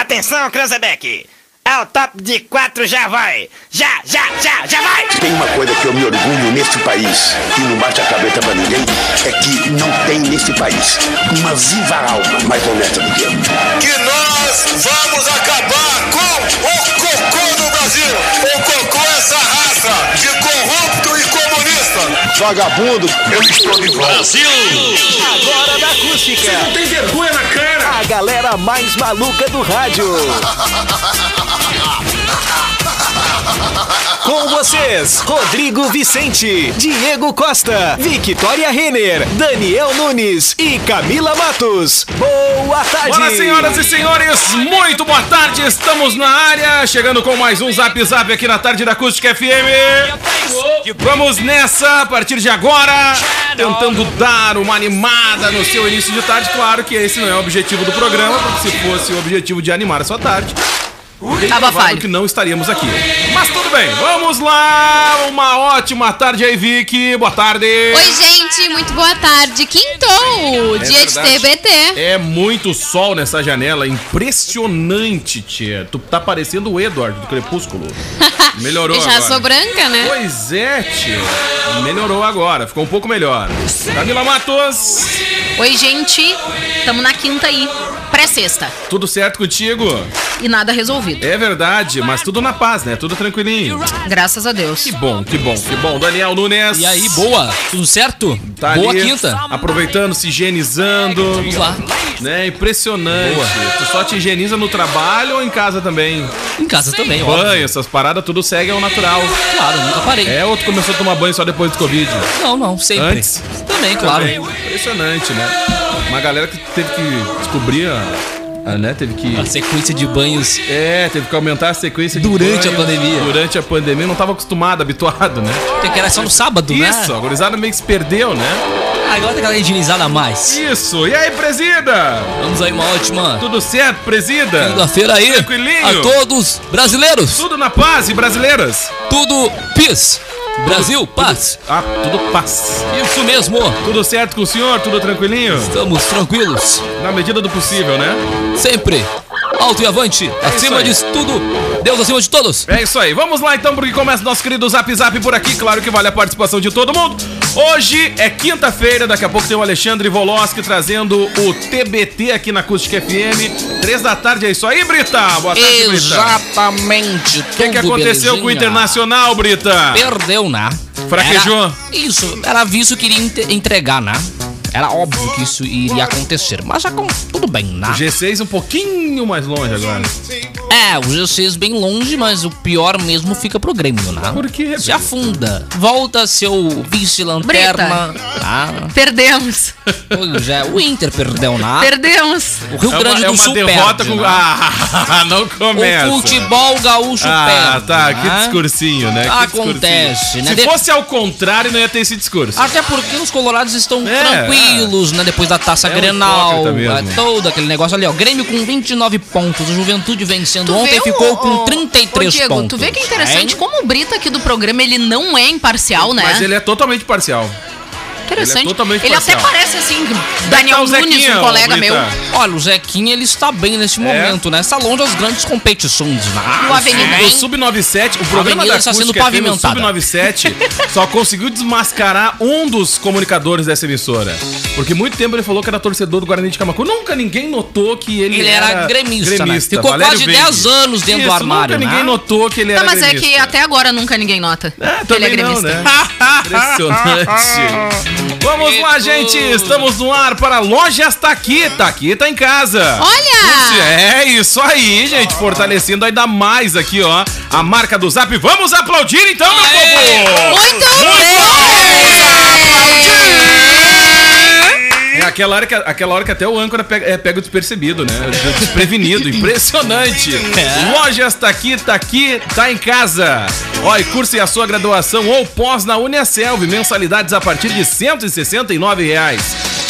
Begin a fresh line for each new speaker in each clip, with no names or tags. Atenção, Cranzebeck! Ao top de quatro já vai! Já, já, já, já vai!
Tem uma coisa que eu me orgulho neste país e não bate a cabeça pra ninguém, é que não tem neste país uma viva alma mais honesta do que eu.
que nós vamos acabar com o cocô no Brasil. O cocô é essa raça de corrupto e comunista.
Vagabundo, eu estou de volta.
Agora na acústica.
Não tem vergonha na cara.
A galera mais maluca do rádio. Com vocês, Rodrigo Vicente, Diego Costa, Victoria Renner, Daniel Nunes e Camila Matos. Boa tarde.
Olá, senhoras e senhores, muito boa tarde, estamos na área, chegando com mais um Zap Zap aqui na tarde da Acústica FM. Vamos nessa, a partir de agora, tentando dar uma animada no seu início de tarde. Claro que esse não é o objetivo do programa, porque se fosse o objetivo de animar a sua tarde,
Tava
provável
falho.
que não estaríamos aqui. Mas tudo bem, vamos lá, uma ótima tarde aí, Vicky, boa tarde.
Oi, gente, muito boa tarde. Quintou, dia de
É verdade.
TBT.
É muito sol nessa janela, impressionante, tia. Tu tá parecendo o Edward do Crepúsculo. Melhorou
Eu já
agora.
sou branca, né?
Pois é, tia. Melhorou agora, ficou um pouco melhor. Camila Matos,
Oi, gente. Tamo na quinta aí. Pré-sexta.
tudo certo contigo?
E nada resolvido.
É verdade, mas tudo na paz, né? Tudo tranquilinho.
Graças a Deus.
Que bom, que bom, que bom. Daniel Nunes.
E aí, boa? Tudo certo?
Tá
boa
ali,
quinta?
Aproveitando, se higienizando.
Vamos lá.
Né? Impressionante.
Boa.
Tu só te higieniza no trabalho ou em casa também?
Em casa também, ó.
Banho, essas paradas, tudo segue ao natural.
Claro, nunca parei.
É, outro começou a tomar banho só depois do Covid.
Não, não, sempre.
Antes?
Também, claro.
Também. Impressionante, né? Uma galera que teve que descobrir, a, a, né? Teve que.
A sequência de banhos.
É, teve que aumentar a sequência de
Durante a
banhos.
pandemia.
Durante a pandemia, não tava acostumado, habituado, né?
Tem que era só no sábado, né?
Isso, a gurizada meio que se perdeu, né?
Agora tem aquela higienizada a mais.
Isso, e aí, presida?
Vamos aí, uma ótima
Tudo certo, presida?
segunda-feira aí.
Tranquilinho.
A todos brasileiros.
Tudo na paz e brasileiras?
Tudo PIS. Brasil, paz.
Ah, tudo paz.
Isso mesmo.
Tudo certo com o senhor? Tudo tranquilinho?
Estamos tranquilos.
Na medida do possível, né?
Sempre. Alto e avante. acima
É aí.
de tudo. Deus acima de todos.
É isso aí, vamos lá então, porque começa nosso querido Zap Zap por aqui, claro que vale a participação de todo mundo. Hoje é quinta-feira, daqui a pouco tem o Alexandre Voloski trazendo o TBT aqui na Acústica FM. Três da tarde, é isso aí, Brita? Boa tarde, Brita.
Exatamente.
tá O que, que aconteceu com o Internacional, Brita?
Perdeu, né?
Fraquejou.
Era- isso, era visto que iria inte- entregar, né? Era óbvio que isso iria acontecer, mas já com, tudo bem, né?
G6 um pouquinho mais longe agora.
É, o G6 bem longe, mas o pior mesmo fica pro Grêmio, né?
Por quê?
Se afunda, volta a ser o vice-lanterna. Ah,
Perdemos.
pois é, o Inter perdeu,
Ah.
né?
Perdemos.
O Rio
É
Grande
uma,
do
é uma
Sul
derrota
perde,
com.
né?
Ah, não começa.
O futebol gaúcho
Ah,
perde.
tá,
né?
que discursinho, né? Que
Acontece,
discursinho.
né?
Se
De- Ah,
fosse ao contrário, não ia ter esse discurso.
Até porque os colorados estão
É,
tranquilos, né? Depois da taça
É um
Grenal,
hipócrita mesmo.
é todo aquele negócio ali, ó. Grêmio com 29 pontos, o Juventude vencendo
Tu
ontem
vê o-
ficou com
o-
33
Ô, Diego, tu
pontos.
vê que é interessante
É,
como o Brita aqui do programa, ele não é imparcial, né?
Mas ele é totalmente parcial.
interessante.
ele é totalmente
Ele até
parcial.
parece assim, Daniel
Tá o
Nunes,
Zequinha,
um
ô,
colega meu.
Brita.
Olha, o Zequinha, ele está bem neste
É.
momento, né? Está longe das grandes competições. Ah,
O Avenida.
O Sub-97, o programa da
Avenida está
Acústica
sendo
FM, o
pavimentada.
Sub-97 só conseguiu desmascarar um dos comunicadores dessa emissora. Porque muito tempo ele falou que era torcedor do Guarani de Camacu. Nunca ninguém notou que ele,
Ele era gremista, né? Ficou
Valério
quase
Veiga.
10 anos dentro do
Isso,
armário,
Nunca
né?
ninguém notou que ele era
Não, mas é
gremista.
que até agora nunca ninguém nota.
Ah,
que ele é
também não, né?
gremista.
Impressionante. Vamos lá, gente. Estamos no ar para Lojas Taquita. Aqui tá em casa.
Olha!
Isso, é isso aí, gente. Fortalecendo ainda mais aqui, ó. A marca do Zap. Vamos aplaudir então, meu povo.
Muito bem!
É aquela hora que, aquela hora que até o âncora pega, é, pega o despercebido, né? O Desprevenido, impressionante. Lojas tá aqui, tá aqui, tá em casa. Ó, e curse a sua graduação ou pós na Uniaselv, mensalidades a partir de R$ 169 reais.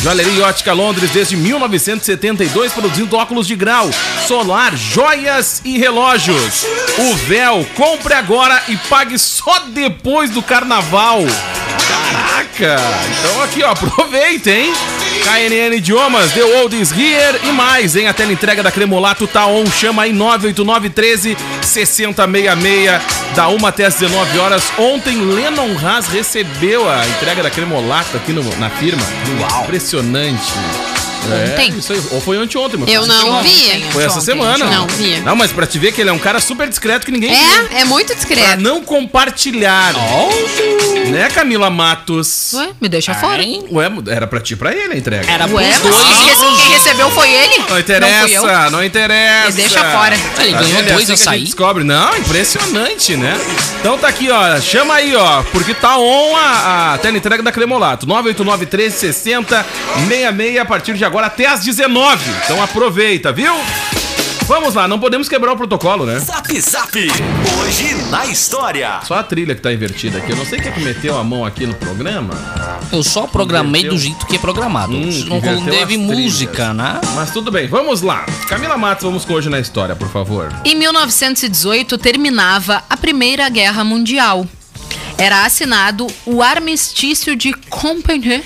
Joalheria e Ótica Londres desde 1972 produzindo óculos de grau, solar, joias e relógios. O véu, compre agora e pague só depois do carnaval. Caraca! Então aqui, ó, aproveita, hein? KNN Idiomas, The Old is Here e mais, hein? A tela entrega da Cremolato tá on. Chama aí 98913 6066, da 1 até às 19 horas. Ontem, Lennon Haas recebeu a entrega da Cremolato aqui no- na firma. Uau! Impressionante.
Ontem?
É, isso aí. Ou foi ontem ontem, mas
Eu
foi
não
ontem.
vi.
Foi essa
Ontem,
semana.
não vi.
Não, mas pra te ver que ele é um cara super discreto que ninguém viu.
É, é muito
Pra
discreto.
não compartilhar. Né, Camila Matos?
Ué, me deixa fora.
Hein?
Ué, era pra ti e pra ele a entrega.
Era
Ué,
pros
mas
dois.
quem, rece- quem recebeu foi ele?
Não
Não fui eu.
interessa, não, interessa.
Me deixa fora.
Ele
Tá
ganhou
vendo? É
dois
assim que a gente
açaí.
descobre. Não, impressionante, né? Então tá aqui, ó. Chama aí, ó. Porque tá on a, a tela entrega da Cremolato. 989 1360 66 a partir de agora até às 19. Então aproveita, viu? Vamos lá, não podemos quebrar o protocolo, né?
Zap Zap. Hoje na história.
Só a trilha que tá invertida aqui. Eu não sei quem é que meteu a mão aqui no programa,
Eu só programei do jeito que é programado.
Hum,
não
inverteu
teve
as trilhas.
música, né?
mas tudo bem. Vamos lá. Camila Matos, vamos com hoje na história, por favor.
Em 1918 terminava a Primeira Guerra Mundial. Era assinado o armistício de Compiègne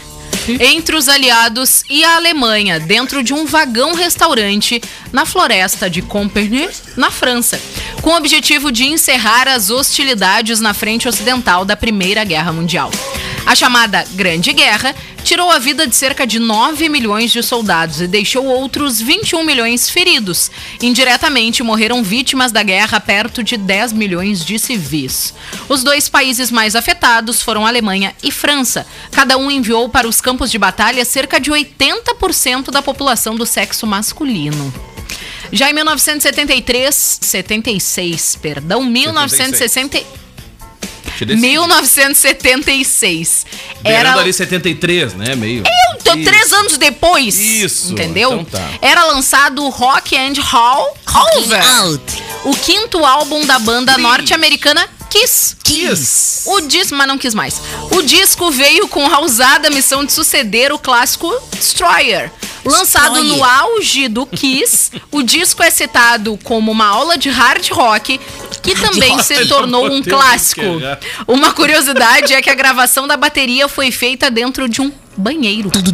entre os aliados e a Alemanha, dentro de um vagão-restaurante na floresta de Compiègne, na França, com o objetivo de encerrar as hostilidades na frente ocidental da Primeira Guerra Mundial. A chamada Grande Guerra tirou a vida de cerca de 9 milhões de soldados e deixou outros 21 milhões feridos. Indiretamente, morreram vítimas da guerra perto de 10 milhões de civis. Os dois países mais afetados foram Alemanha e França. Cada um enviou para os campos de batalha cerca de 80% da população do sexo masculino. Já em 1973, 76, perdão, 1960,
Te desse-
1976.
Beirando
Era
ali 73, né? Meio.
Então, três anos depois.
Isso,
Entendeu?
então tá.
Era lançado o Rock and Roll Over, o quinto álbum da banda norte-americana Kiss.
Kiss.
O disco, mas não quis mais. O disco veio com a ousada missão de suceder o clássico Destroyer. Lançado no auge do Kiss, o disco é citado como uma aula de hard rock, que também se tornou um
botei o
clássico.
link errado.
Uma curiosidade é que a gravação da bateria foi feita dentro de um banheiro.
Ah, que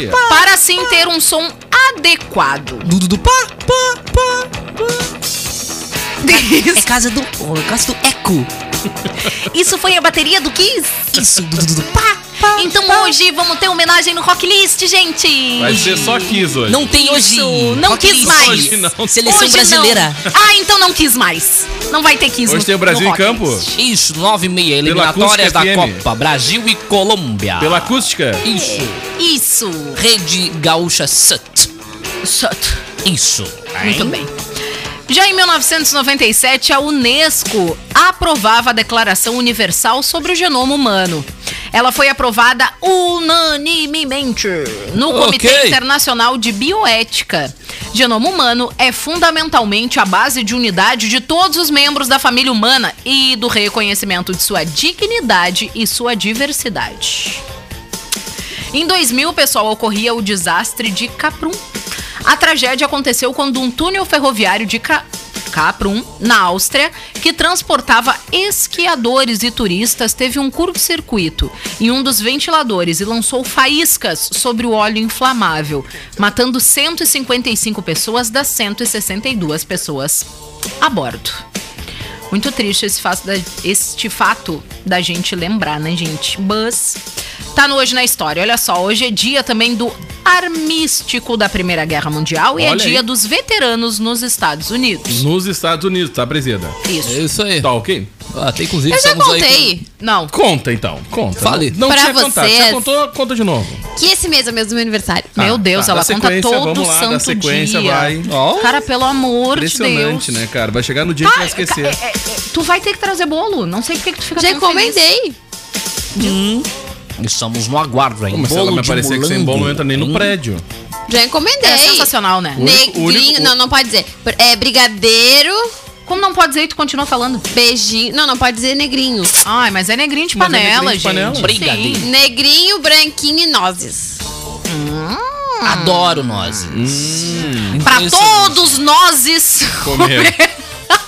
joia.
Para assim ter um som adequado.
Dudu pá, pá, pá.
Isso,
É casa do. É casa do Eco.
isso foi a bateria do Kiss?
Isso.
Então hoje vamos ter homenagem no Rock List, gente!
Vai ser só Kiss hoje.
Não tem hoje.
Isso, não
Rock
quis
List.
mais.
Hoje não.
Seleção
Hoje
brasileira.
não. Ah, então não quis mais. Não vai ter Kiss
Hoje
no-
tem o
no
Brasil em
Rock
campo?
List.
Isso, 9 e meia,
Pela
eliminatórias da
Acústica FM.
Copa, Brasil e Colômbia.
Pela acústica?
Isso,
Isso.
Rede Gaúcha Sut.
Chato.
Isso.
Muito bem. Já em 1997, a Unesco aprovava a Declaração Universal sobre o Genoma Humano. Ela foi aprovada unanimemente no Comitê
Ok.
Internacional de Bioética. Genoma humano é fundamentalmente a base de unidade de todos os membros da família humana e do reconhecimento de sua dignidade e sua diversidade. Em 2000, pessoal, ocorria o desastre de Caprum. A tragédia aconteceu quando um túnel ferroviário de Ca... Caprum, na Áustria, que transportava esquiadores e turistas, teve um curto-circuito em um dos ventiladores e lançou faíscas sobre o óleo inflamável, matando 155 pessoas das 162 pessoas a bordo. Muito triste esse fato da, este fato da gente lembrar, né, gente? Mas tá no Hoje na História. Olha só, hoje é dia também do armístico da Primeira Guerra Mundial e é
Olha aí.
dia dos veteranos nos Estados Unidos.
Nos Estados Unidos, tá, presida?
Isso.
Isso aí.
Tá ok?
Até inclusive
Eu já
estamos aí
contei
Não.
Conta então, conta.
Fale.
Não, não
Pra
tinha contado.
vocês.
Você contou, conta de novo.
que esse mês é o mês do meu aniversário.
Meu
Ah,
Deus,
tá,
ela
da
conta
sequência,
todo
vamos lá, da
santo
sequência
dia.
vai. Ó.
Cara, pelo amor de Deus.
Impressionante, né, cara? Vai chegar no dia que
Cara,
vai esquecer.
ca- é- é- tu vai ter que trazer bolo. Não sei por que que tu fica
Já
tão feliz.
encomendei.
com- Estamos no aguardo, hein?
Pô, mas se ela me
de
aparecer que sem
molango, Hum.
bolo não entra nem no
hein?
prédio.
Já encomendei.
É sensacional, né?
único-
Negrinho,
único-
não, não pode dizer. É brigadeiro,
Como não pode dizer e tu continua falando?
beijinho. Não, não pode dizer negrinho.
Ai, mas é negrinho de
Mas é
panela,
negrinho de
gente.
panela.
Brigadeiro.
Sim.
Negrinho, branquinho e nozes.
Adoro nozes.
Hum.
Pra todos nozes.
Comer.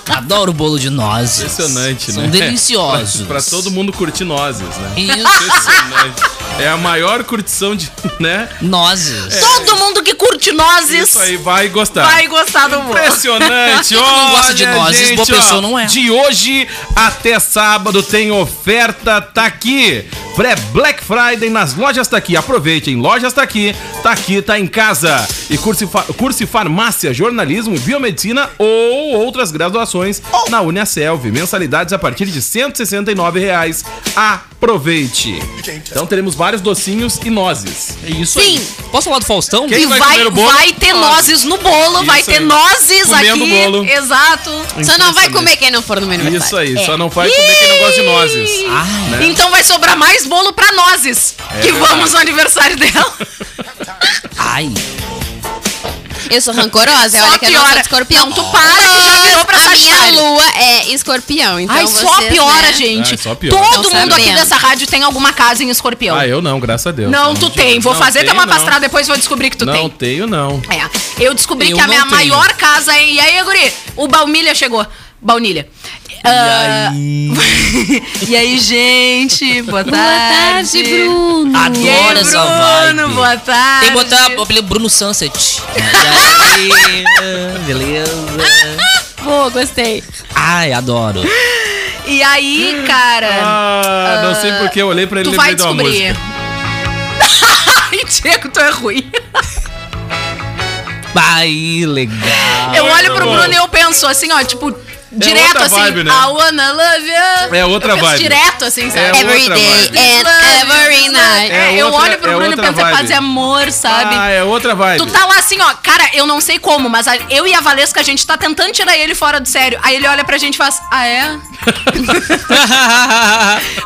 Adoro bolo de nozes.
Impressionante, né?
São deliciosos.
Pra, pra todo mundo curtir nozes, né?
Isso.
Impressionante. É a maior curtição de. né?
Nozes.
Todo mundo que curte nozes
Isso aí vai gostar.
vai gostar do bolo.
Impressionante,
Quem não
olha,
gosta de nozes,
gente,
boa pessoa
ó,
não é.
De hoje até sábado tem oferta, tá aqui. Pré-Black Friday nas lojas tá aqui. Aproveite, em lojas tá aqui, tá aqui, tá em casa. E curso, em fa- curso em farmácia, jornalismo, biomedicina ou outras graduações na Uniaselv. Mensalidades a partir de R$ 169 reais. Aproveite. Então teremos vários docinhos e nozes.
É isso
Sim.
aí. Posso falar do Faustão?
E
Quem vai
vai,
comer o bolo?
vai ter nozes no bolo, vai
Isso
ter
aí.
nozes
Comendo
aqui.
bolo.
Exato.
Só não vai comer quem não for no meu aniversário.
Isso aí, só não vai comer quem não gosta de nozes.
Ah,
né?
Então vai sobrar mais bolo pra nozes,
É
que vamos no aniversário dela.
ai.
Eu sou rancorosa,
Só
olha que eu não sou
piora.
de escorpião. Ah,
Não, tu para que já virou pra
A minha
Sagitário.
lua é escorpião, então
Ai, só
vocês,
piora,
né?
gente.
Ah, só piora.
Todo
Não
mundo aqui
sabendo.
dessa rádio tem alguma casa em escorpião.
Ah, eu não, graças a Deus.
Então, não, tu tem. Vou
Não
fazer até
tenho,
uma
não.
pastrada, depois vou descobrir que tu
Não
tem.
tenho, não.
É. Eu descobri
Eu
que a
não
minha
tenho.
maior casa é. E aí, Guri? O Baunilha chegou. Baunilha. Ah, e aí, gente? Boa tarde.
Boa tarde, Bruno.
E aí,
Adoro essa
Bruno,
vibe.
boa tarde.
Tem que botar o apelido Bruno Sunset. E aí, ah, beleza.
Boa, gostei.
Ai, adoro.
E aí, cara?
Ah, não sei porque eu olhei pra ele
tu
e
vai
lembrei de uma
descobrir.
música.
Ai, Diego, tu é ruim.
Ai,
Ah,
legal.
Eu olho pro
bom.
Bruno e eu penso assim, ó, tipo, direto
É outra
assim.
vibe, né?
I wanna love you.
É outra
eu penso
vibe.
direto assim, sabe?
É
Every
outra
day
vibe.
é,
and every night.
É
eu
outra-
olho pro
é
Bruno e
outra
penso,
vibe.
fazer amor, sabe?
Ah, é outra vibe.
Tu tá lá assim, ó, cara, eu não sei como, mas a- eu e a Valesca, a gente tá tentando tirar ele fora do sério. Aí ele olha pra gente e faz, ah, é?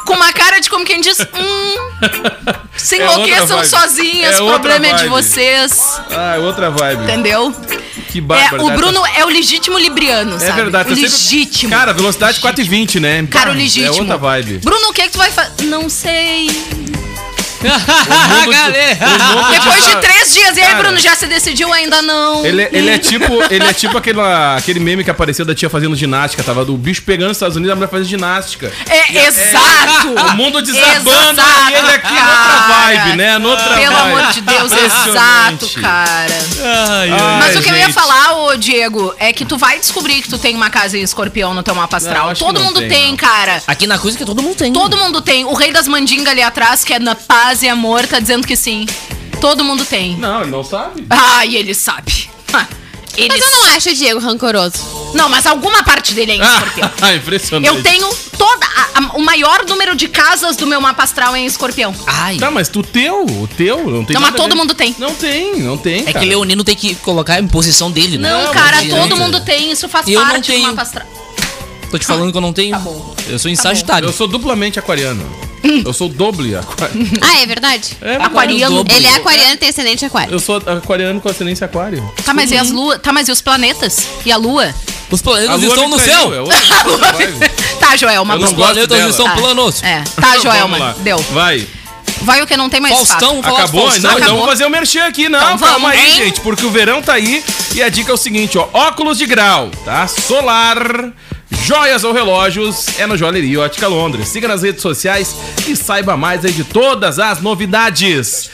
Com uma cara de como quem diz, hum, se
É outra
enlouqueçam
vibe.
sozinhas,
É
o
outra
problema é
vibe.
de vocês,
Ah, é outra vibe.
entendeu?
Que
É,
bárbaro.
o Bruno é o legítimo libriano,
É
sabe?
verdade.
O
tá sempre-
legítimo.
Cara, velocidade 4,20, né?
Cara, o
Ah,
legítimo.
É outra vibe.
Bruno, o que é que tu vai fazer? Não sei.
Ah,
Bruno de-
Depois de três dias. E aí,
Ah, Cara.
Bruno, já se decidiu? Ainda não.
Ele, ele é tipo, ele é tipo aquela, aquele meme que apareceu da tia fazendo ginástica. Tava do bicho pegando nos Estados Unidos a mulher fazendo ginástica.
É, exato.
O mundo desabando
Exato,
e ele aqui
cara.
noutra vibe, né? Noutra
Pelo
vibe.
amor de Deus,
Impressionante.
exato, cara.
Ai,
Ai,
Mas o que eu ia
É, gente.
falar, ô Diego, é que tu vai descobrir que tu tem uma casa em escorpião no teu mapa astral.
Não, acho que
Todo
não
mundo
tem,
tem,
não.
cara.
Aqui na coisa que todo mundo tem.
Todo mundo tem. O rei das mandingas ali atrás, que é na paz e amor, tá dizendo que sim. Todo mundo tem.
Não, ele não sabe.
Ah, e ele sabe. Ah, Ele
Mas eu não acho o Diego rancoroso.
não... não, mas alguma parte dele é em escorpião.
Ah, impressionante.
Eu tenho toda a- a- o maior número de casas do meu mapa astral é em escorpião.
Ai.
Tá, mas tu teu, o teu, não tem nada
Não, mas
a
todo
ver.
mundo tem.
Não tem, não tem.
É que
cara.
Leonino tem que colocar em posição dele, né?
Não,
Não
cara,
adianta.
todo mundo tem. Isso faz
Eu não
parte do
tenho.
mapa astral.
Tô te falando que eu não tenho.
Tá bom.
Eu sou em
bom.
Sagitário.
Eu sou duplamente aquariano. Eu sou doble aquariano.
Ah, é verdade?
É,
Aquariano.
dobro.
Ele é aquariano e tem ascendente aquário.
Eu sou aquariano com ascendência aquário.
Tá, mas e as luas? Tá, mas e os planetas? E a lua?
Os planetas
lua
estão
me
no
traiu,
céu.
é outra- outra vibe.
Tá, Joelma.
Eu não
Os
vamos-
gosto dela.
planetas estão
Ah,
planos.
É. Tá,
Então, Vamos lá.
Joelma. Deu.
Vai.
Vai o que não tem mais
Faustão,
fato.
vamos falar do
Acabou?
Faustão.
Não, então
Acabou.
vamos fazer o merchan aqui. Não,
Então
calma
vamos,
aí,
hein?
gente, porque o verão tá aí e a dica é o seguinte, ó. Óculos de grau, tá? Solar, joias ou relógios, é no Joalheria Ótica Londres. Siga nas redes sociais e saiba mais aí de todas as novidades.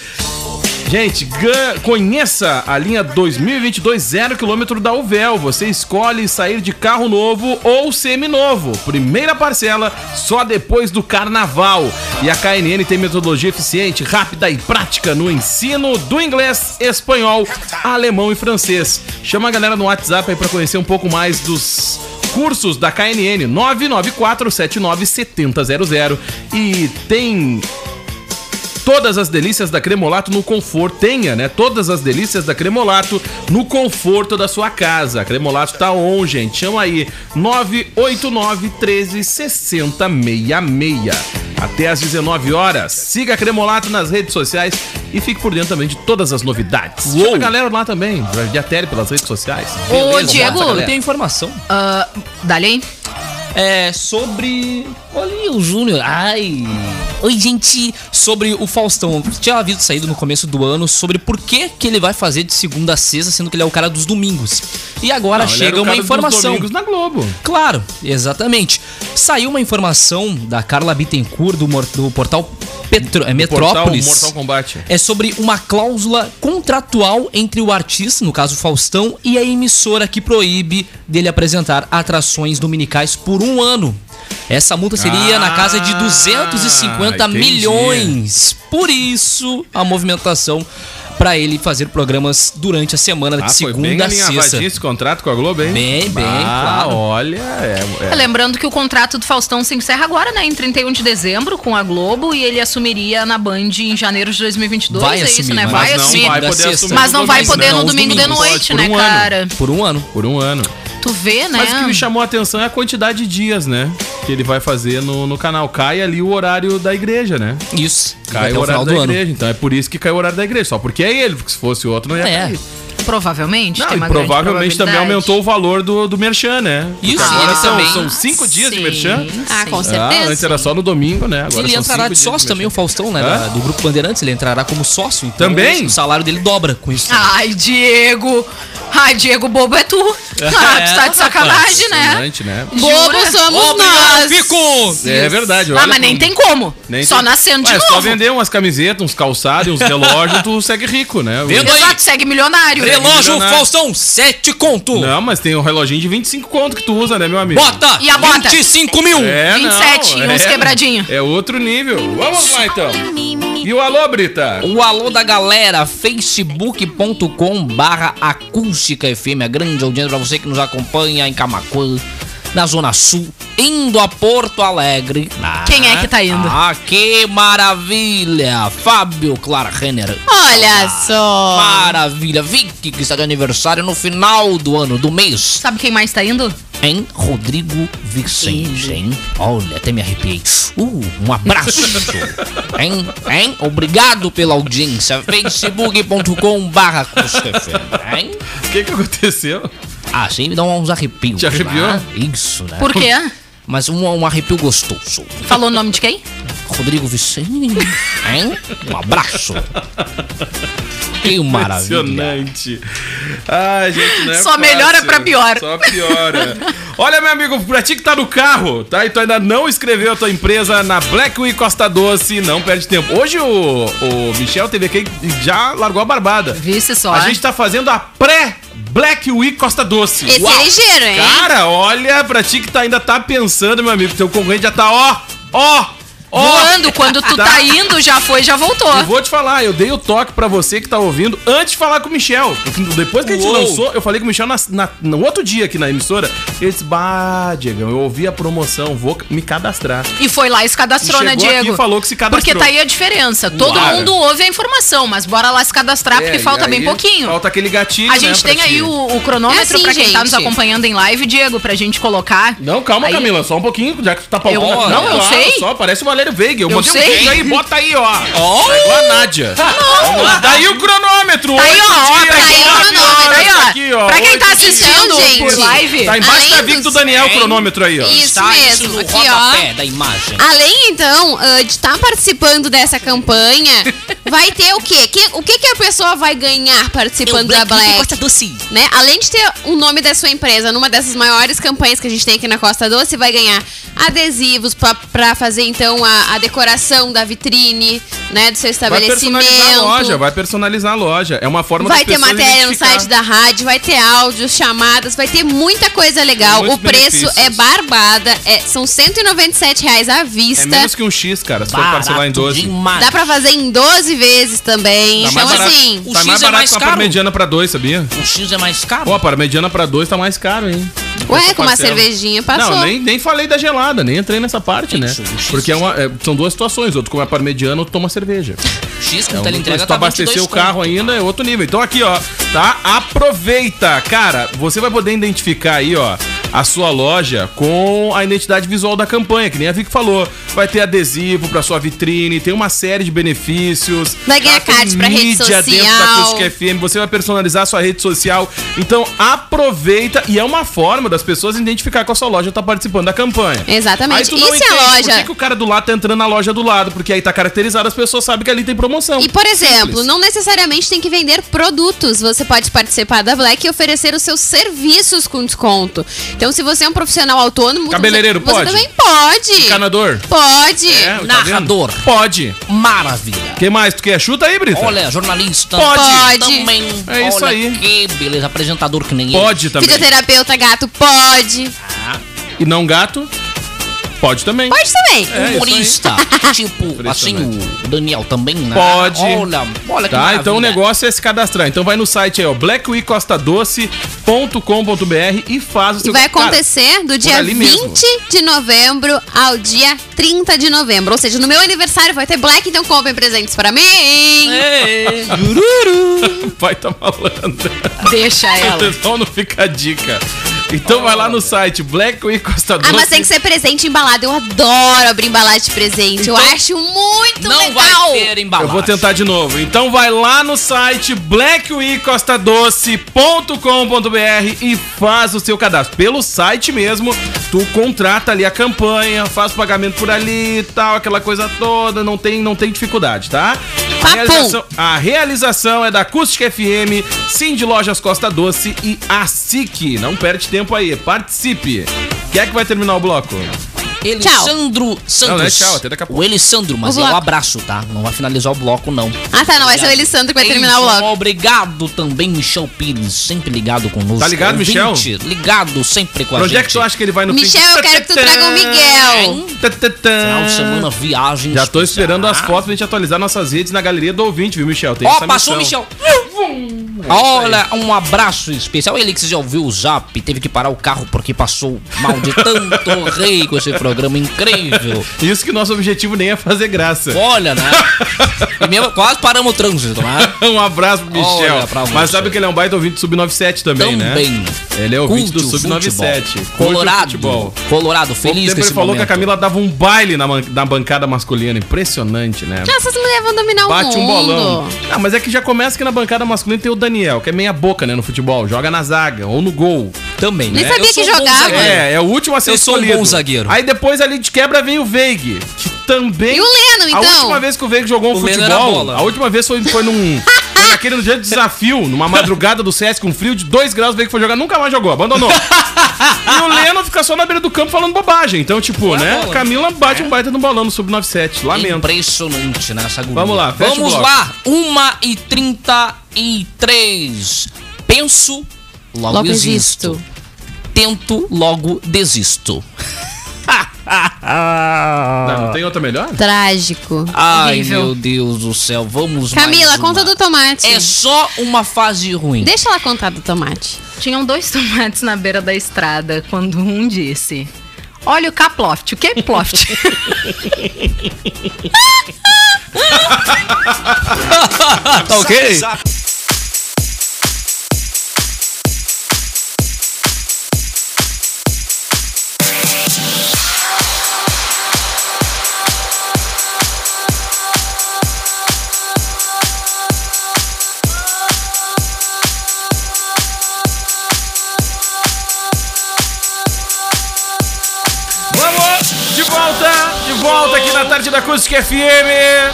Gente, gan- conheça a linha 2022 zero quilômetro da Uvel. Você escolhe sair de carro novo ou seminovo. Primeira parcela só depois do carnaval. E a KNN tem metodologia eficiente, rápida e prática no ensino do inglês, espanhol, alemão e francês. Chama a galera no WhatsApp aí para conhecer um pouco mais dos cursos da KNN 994797000 e tem todas as delícias da Cremolato no conforto. Tenha, né? Todas as delícias da Cremolato no conforto da sua casa. A Cremolato tá on, gente. Chama aí 989 13 6066. Até às 19 horas. Siga a Cremolato nas redes sociais e fique por dentro também de todas as novidades. Chama a galera lá também, de Ateli pelas redes sociais.
Ô,
Beleza,
Diego.
Eu tenho informação.
ah, Dali, hein?
É sobre. Olha o Júnior. Ai. Oi, gente. Sobre o Faustão. Tinha havido saído no começo do ano sobre por que, que ele vai fazer de segunda a sexta, sendo que ele é o cara dos domingos. E agora
Não, ele era
chega
o
uma
cara dos
informação.
domingos na Globo.
Claro, exatamente. Saiu uma informação da Carla Bittencourt do, mor- do portal Petro, é
Portal
Metrópolis.
Mortal Kombat.
É sobre uma cláusula contratual entre o artista, no caso Faustão, e a emissora que proíbe dele apresentar atrações dominicais por um ano. Essa multa seria na casa de
Ah,
250
entendi.
milhões. Por isso, a movimentação para ele fazer programas durante a semana, de
Ah, foi bem
segunda a sexta.
alinhavadinho esse contrato com a Globo, hein?
Bem, bem,
Ah,
claro.
olha, é- é,
Lembrando que o contrato do Faustão se encerra agora, né? Em 31 de dezembro com a Globo e ele assumiria na Band em janeiro de 2022.
Vai
é isso,
assumir,
né?
mas
Vai
não
assumir.
vai
da
poder
sexta.
assumir
mas não vai
domingos,
poder
né?
no
Os
domingo de
domingos.
noite,
Por
né,
um ano.
cara?
Por um ano.
por um ano.
Tu vê, né?
Mas o que me chamou a atenção é a quantidade de dias, né? Que ele vai fazer no, no canal. Cai ali o horário da igreja, né?
Isso.
Cai
até
o
o final
horário da
do ano.
igreja. Então é por isso que cai o horário da igreja. Só porque é ele, porque se fosse outro não ia
É.
cair.
Provavelmente.
Não,
tem
e
uma grande
provavelmente também
probabilidade. Ah,
aumentou o valor do, do merchan, né? Porque
Isso,
agora
ele
são,
também.
são cinco dias de
Sim,
merchan.
Ah,
sim.
com
Ah, antes
certeza.
era só no domingo, né? Agora
ele
são
entrará
cinco
de
dias
sócio também, o
merchan.
Faustão, né?
Hã?
da- do Grupo Bandeirantes, ele entrará como sócio. Então
Também?
O salário dele dobra com isso.
Ai, Diego. Ai, Diego, bobo é tu. Ah, tu tá de
rapaz,
sacanagem, né?
Impressionante, né?
Bobo somos nós.
Fico!
É verdade.
Ah,
olha
mas nem
como-
tem como.
nem
Só
tem-
nascendo de
Ué,
novo.
só vender umas camisetas, uns calçados, uns relógios, tu segue rico, né?
Vendo aí.
Exato, segue milionário.
Relógio
Milionário.
Faustão, 7 conto.
né? Não, mas tem um reloginho de 25 conto que tu usa, né, meu amigo?
Bota!
E a bota?
25 mil!
É,
27 e uns
é,
quebradinho.
É outro nível. Vamos lá, então. E o Alô, Brita?
O alô da galera, facebook.com barra acústica FM, a grande audiência pra você que nos acompanha em Camacuã, na Zona Sul, indo a Porto Alegre.
Quem é que tá indo?
Ah, que maravilha! Fábio Clara Renner.
Olha só.
Maravilha! Vicky, que está de aniversário no final do ano, do mês.
Sabe quem mais tá indo?
Em Rodrigo Vicente, hein? Olha, até me arrepiei. Uh, um abraço! hein? Hein? Obrigado pela audiência. facebook.com barra hein?
O que que aconteceu?
Ah, sim, me dá uns arrepios.
Te arrepiou?
né? Isso, né?
Por quê?
Mas um, um arrepio gostoso.
Falou o nome de quem?
Rodrigo Vicente, hein? Um abraço. Que maravilha.
Impressionante. Ai, gente, não é
Só melhora
fácil.
pra pior.
Só piora. Olha, meu amigo, pra ti que tá no carro, tá? E tu ainda não escreveu a tua empresa na Blackwing Costa Doce, não perde tempo. Hoje o, o Michel TVQ já largou a barbada.
Visse só.
A gente tá fazendo a pré Black Week Costa Doce.
Esse
Uau.
é ligeiro, hein?
Cara, olha pra ti que tá, ainda tá pensando, meu amigo, teu concorrente já tá ó, ó, ó.
Voando, quando tu tá indo, já foi, já voltou.
Eu vou te falar, eu dei o toque pra você que tá ouvindo antes de falar com o Michel. Depois que a gente
Uou.
lançou, eu falei com o Michel na, na- no outro dia aqui na emissora. Ele disse, bah, Diegão, eu ouvi a promoção, vou me cadastrar.
E foi lá e se cadastrou, né,
Chegou aqui
Diego?
e falou que se cadastrou.
Porque tá aí a diferença. Todo
Claro.
mundo ouve a informação, mas bora lá se cadastrar,
É,
porque
e
falta
aí
bem pouquinho.
Falta aquele gatilho,
A
né,
gente
pra
tem aí
ti.
o, o cronômetro
É assim,
pra quem tá nos
gente.
acompanhando em live, Diego, pra gente colocar.
Não, calma,
Aí-
Camila, só um pouquinho, já que tu tá pautando.
Eu-
aqui.
não, eu sei.
Só parece o Valério Veiga. Eu,
Eu
mandei um
sei.
vídeo aí, bota aí, ó. Ó, igual a Nádia. Daí o cronômetro.
Tá aí,
oito
ó, ó,
dias,
tá aí
nove
o cronômetro,
horas
aí, ó.
aqui, ó,
Pra quem tá
oito
assistindo
dias.
por
Gente,
liave,
Tá embaixo da
Além
Vic do
dos-
Daniel o cronômetro aí, ó.
Isso
Tá isso
mesmo,
no
aqui ó.
rodapé da imagem.
Além, então, ah, de estar participando dessa campanha, vai ter o quê? Que- o que, que a pessoa vai ganhar participando da Black?
doce.
Né? Além de ter o nome da sua empresa numa dessas maiores campanhas que a gente tem aqui na Costa Doce, vai ganhar adesivos pra- pra fazer, então, a, a decoração da vitrine, né, do seu
Vai personalizar a
estabelecimento.
loja, vai personalizar a loja. É uma forma
Vai
das
ter
pessoas
matéria no
identificar.
site da rádio, vai ter áudios, chamadas, vai ter muita coisa legal.
Muitos
o preço
benefícios.
é barbada, é, são R$ 197 reais à
É
vista.
menos que um X, cara, se for parcelar em 12.
Dá pra fazer em 12 vezes também.
Tá
então,
mais barato,
assim,
o
tá
X
mais
é
barato
mais
que uma
caro.
parmegiana pra dois, sabia?
O X é mais caro?
Pô, a parmegiana pra dois tá mais caro, hein?
ué, com uma
parcela.
cervejinha passou.
Não, nem, nem falei da gelada, nem entrei nessa parte, né?
Isso, isso,
Porque é uma- é, são duas situações. Outro come a parmegiana, outro toma cerveja.
O X com
É um-
Então
teleentrega
se tu
tá
abastecer
22
o carro ainda, é outro nível. Então aqui, ó, tá? Aproveita! Cara, você vai poder identificar aí, ó, a sua loja com a identidade visual da campanha, que nem a Vic falou. Vai ter adesivo pra sua vitrine, tem uma série de benefícios.
Vai ganhar
Tá? Tem
card pra rede
mídia dentro da
social.
Acústica FM, você vai personalizar a sua rede social. Então aproveita e é uma forma das pessoas identificar que a sua loja tá participando da campanha. Aí
Exatamente.
tu
E
não
se a
entende Por que,
loja.
que o cara do lado tá entrando na loja do lado? Porque aí tá caracterizado, as pessoas sabem que ali tem promoção.
E, por exemplo,
Simples.
não necessariamente tem que vender produtos. Você pode participar da Black e oferecer os seus serviços com desconto. Então, se você é um profissional autônomo,
Cabeleireiro,
você, você
pode?
também pode.
Encanador.
Pode.
tá
Narrador.
vendo? Pode.
Maravilha.
que mais tu quer? Chuta aí, Brito.
Olha, jornalista.
É. Pode.
Pode.
Também.
É isso
Olha
aí.
Que beleza. Apresentador que nem
Pode também.
Fisioterapeuta gato, pode.
E não gato? Pode também.
Pode também.
É,
ele.
isso
Humorista. tipo, assim, o Daniel também, né?
Pode.
Olha, olha que
Tá, então o
maravilha.
negócio é se cadastrar. Então vai no site aí, ó, blackweekcostadoce.com.br e faz o
E
seu
vai
Cara,
acontecer do dia
ali
20
mesmo.
de novembro ao dia 30 de novembro. Ou seja, no meu aniversário vai ter black, então comprem presentes para mim.
É, Vai tá malandro.
Deixa
É,
ela.
Então não fica a dica. Então vai lá no site blackweekcostadoce.
Ah, mas tem que ser presente embalado. Eu adoro abrir embalagem de presente. Eu
Então
acho muito
Não
Então, legal.
vai ter embalagem.
Eu vou tentar de novo. Então vai lá no site blackweekcostadoce.com.br e faz o seu cadastro. Pelo site mesmo, tu contrata ali a campanha, faz o pagamento por ali e tal, aquela coisa toda, não tem, não tem dificuldade, tá? A
Papum.
realização, a realização é da Acústica FM, Sim de Lojas Costa Doce e a SIC. Não perde tempo aí, participe. Quem é que vai terminar o bloco?
Elisandro Santos.
Não, não é tchau, até daqui a pouco.
O Elisandro, mas é
O
um
bloco.
abraço, tá? Não vai finalizar o bloco, não.
Ah, tá. Não vai ser o Elisandro que vai terminar
um
o
Isso,
logo.
Obrigado também, Michel Pires, sempre ligado conosco.
Tá ligado,
Ouvinte,
Michel?
Ligado sempre com a
Pra onde
gente.
é que tu acha que ele vai no
Michel, eu quero que tu traga o Miguel.
Final de
Miguel.
semana, viagem.
é? Já tô esperando as
especial.
fotos pra gente atualizar nossas redes na galeria do ouvinte, viu, Michel? Tem
Ó,
essa
passou o
missão.
Michel. Olha, um abraço especial. Ele que já ouviu o zap, teve que parar o carro porque passou mal de tanto rei com esse programa incrível.
Isso que nosso objetivo nem é fazer graça.
Olha, né? E mesmo, quase paramos o trânsito, né?
Um abraço pro Michel.
Olha pra
Mas
você.
sabe que ele é um baita ouvinte do Sub-97 também, né?
Também.
Ele é ouvinte
Curte
do
o
Sub-97.
futebol.
Curte o
Colorado.
futebol.
Colorado,
Pouco
feliz
tempo
com
ele
esse
falou
momento.
que a Camila dava um baile na, man- na bancada masculina. Impressionante, né?
Ah, essas mulheres vão dominar
Bate
o
um
mundo.
bolão. Ah, mas é que já começa que na bancada masculina tem o Daniel, que é meia boca, né, no futebol. Joga na zaga ou no gol.
Também,
Nem
né?
sabia
Eu sou
que
um bom
jogava.
zagueiro.
É, é o último a ser
Eu sou um
escolhido.
bom zagueiro.
Aí depois ali de quebra vem o Veig, que também...
E o Leno,
A
então?
última vez que o Veig jogou um
O Leno era
futebol,
bola.
a última vez foi, foi num... foi naquele no dia de desafio, numa madrugada do SESC, um frio de 2 graus, o Veig foi jogar, nunca mais jogou, abandonou. e o Leno fica só na beira do campo falando bobagem. Então, tipo,
Boa
né,
é bola. É.
Camila bate um baita no bolão no Sub-97, lamento.
Impressionante, né? Essa guria.
Vamos lá, fecha o
Vamos
bloco.
lá. 1 e 33 Penso, logo,
Logo
existo.
existo.
Tento, logo desisto.
Tá, não tem outra melhor?
Trágico.
Ah,
Ai,
Horrível.
meu Deus do céu. Vamos
Camila,
mais uma.
conta do tomate.
É só uma fase ruim.
Deixa ela contar do tomate.
Tinham dois tomates na beira da estrada quando um disse: Olha o caploft. O que é ploft?
tá ok?
Vamos! De volta! De volta aqui na tarde da Acústica FM!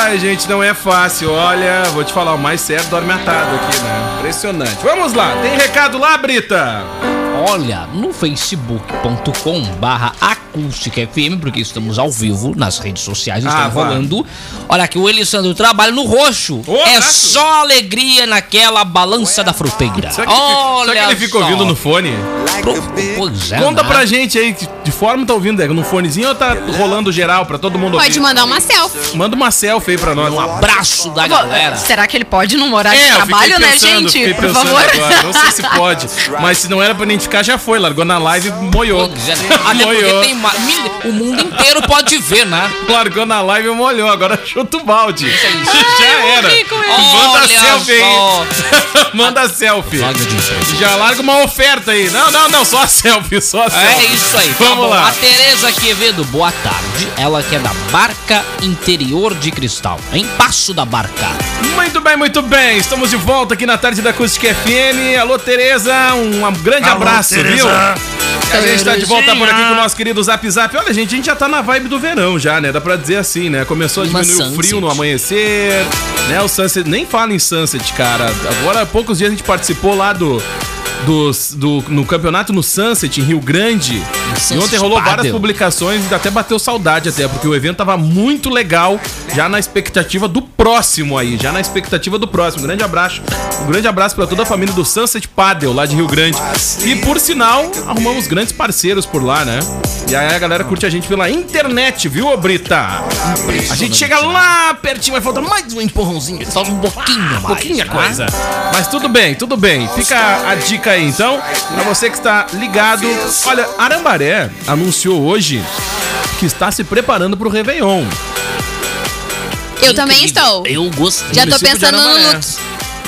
Ai, gente, não é fácil. Olha, vou te falar, o mais certo dorme atado aqui, né? Impressionante. Vamos lá, tem recado lá, Brita?
Olha, no facebook.com barra acústica FM, porque estamos ao vivo nas redes sociais, está
Ah, vá.
rolando. Olha aqui, o Elisandro trabalha no roxo.
Ô,
é
abraço.
só alegria naquela balança da fruteira.
Será que, ele fica- será que ele fica
só.
ouvindo no fone?
Pro- Pois é,
Conta
né?
pra gente aí, que- de forma tá ouvindo, é no fonezinho ou tá rolando geral pra todo mundo
Pode
ouvir?
mandar uma selfie.
Manda uma selfie aí pra nós.
Abraço da galera.
Será que ele pode num horário
É,
de
eu
trabalho,
fiquei pensando,
né,
fiquei
gente? Por
pensando
favor.
agora, Não sei se pode, mas se não era pra identificar, já foi. Largou na live e moiou.
Pois é, né? Até porque
Moiou.
tem ma- mil- o mundo inteiro pode ver, né?
Largou na live e molhou, agora chuta o balde.
Ah,
Já era. Manda
Olha
selfie
só.
aí. Manda selfie.
Vaga de emprego.
Já larga uma oferta aí. Não, não, não, só selfie, só
É
selfie.
isso aí. tá
Vamos
bom.
lá.
A Tereza Quevedo, boa tarde. Ela que é da Barca Interior de Cristal, em Passo da Barca.
Muito bem, muito bem. Estamos de volta aqui na tarde da Acústica FM. Alô, Tereza, um um grande abraço, viu? A gente tá de volta por aqui com o nosso querido Zap Zap. Olha, gente, a gente já tá na vibe do verão já, né? Dá pra dizer assim, né? Começou a
Clima
diminuir o frio
sunset.
no amanhecer, né? O sunset, nem fala em sunset, cara. Agora, há poucos dias a gente participou lá do... dos- do, no campeonato no Sunset, em Rio Grande. E
Sunset
ontem rolou
Padel.
várias publicações e até bateu saudade até, porque o evento tava muito legal, já na expectativa do próximo aí, já na expectativa do próximo. Um grande abraço, um grande abraço pra toda a família do Sunset Padel, lá de Rio Grande. E por sinal, arrumamos grandes parceiros por lá, né? E aí a galera curte a gente pela internet, viu, ô Brita? A gente chega lá pertinho, vai faltar mais um empurrãozinho, só um
Hum,
pouquinho, pouquinha
tá?
coisa. Mas tudo bem, tudo bem. Fica a dica aí então, pra você que está ligado. Olha, Arambaré anunciou hoje que está se preparando pro Réveillon.
Eu também estou.
Eu gosto.
Já tô
Município de
pensando no
Arambaré.
look.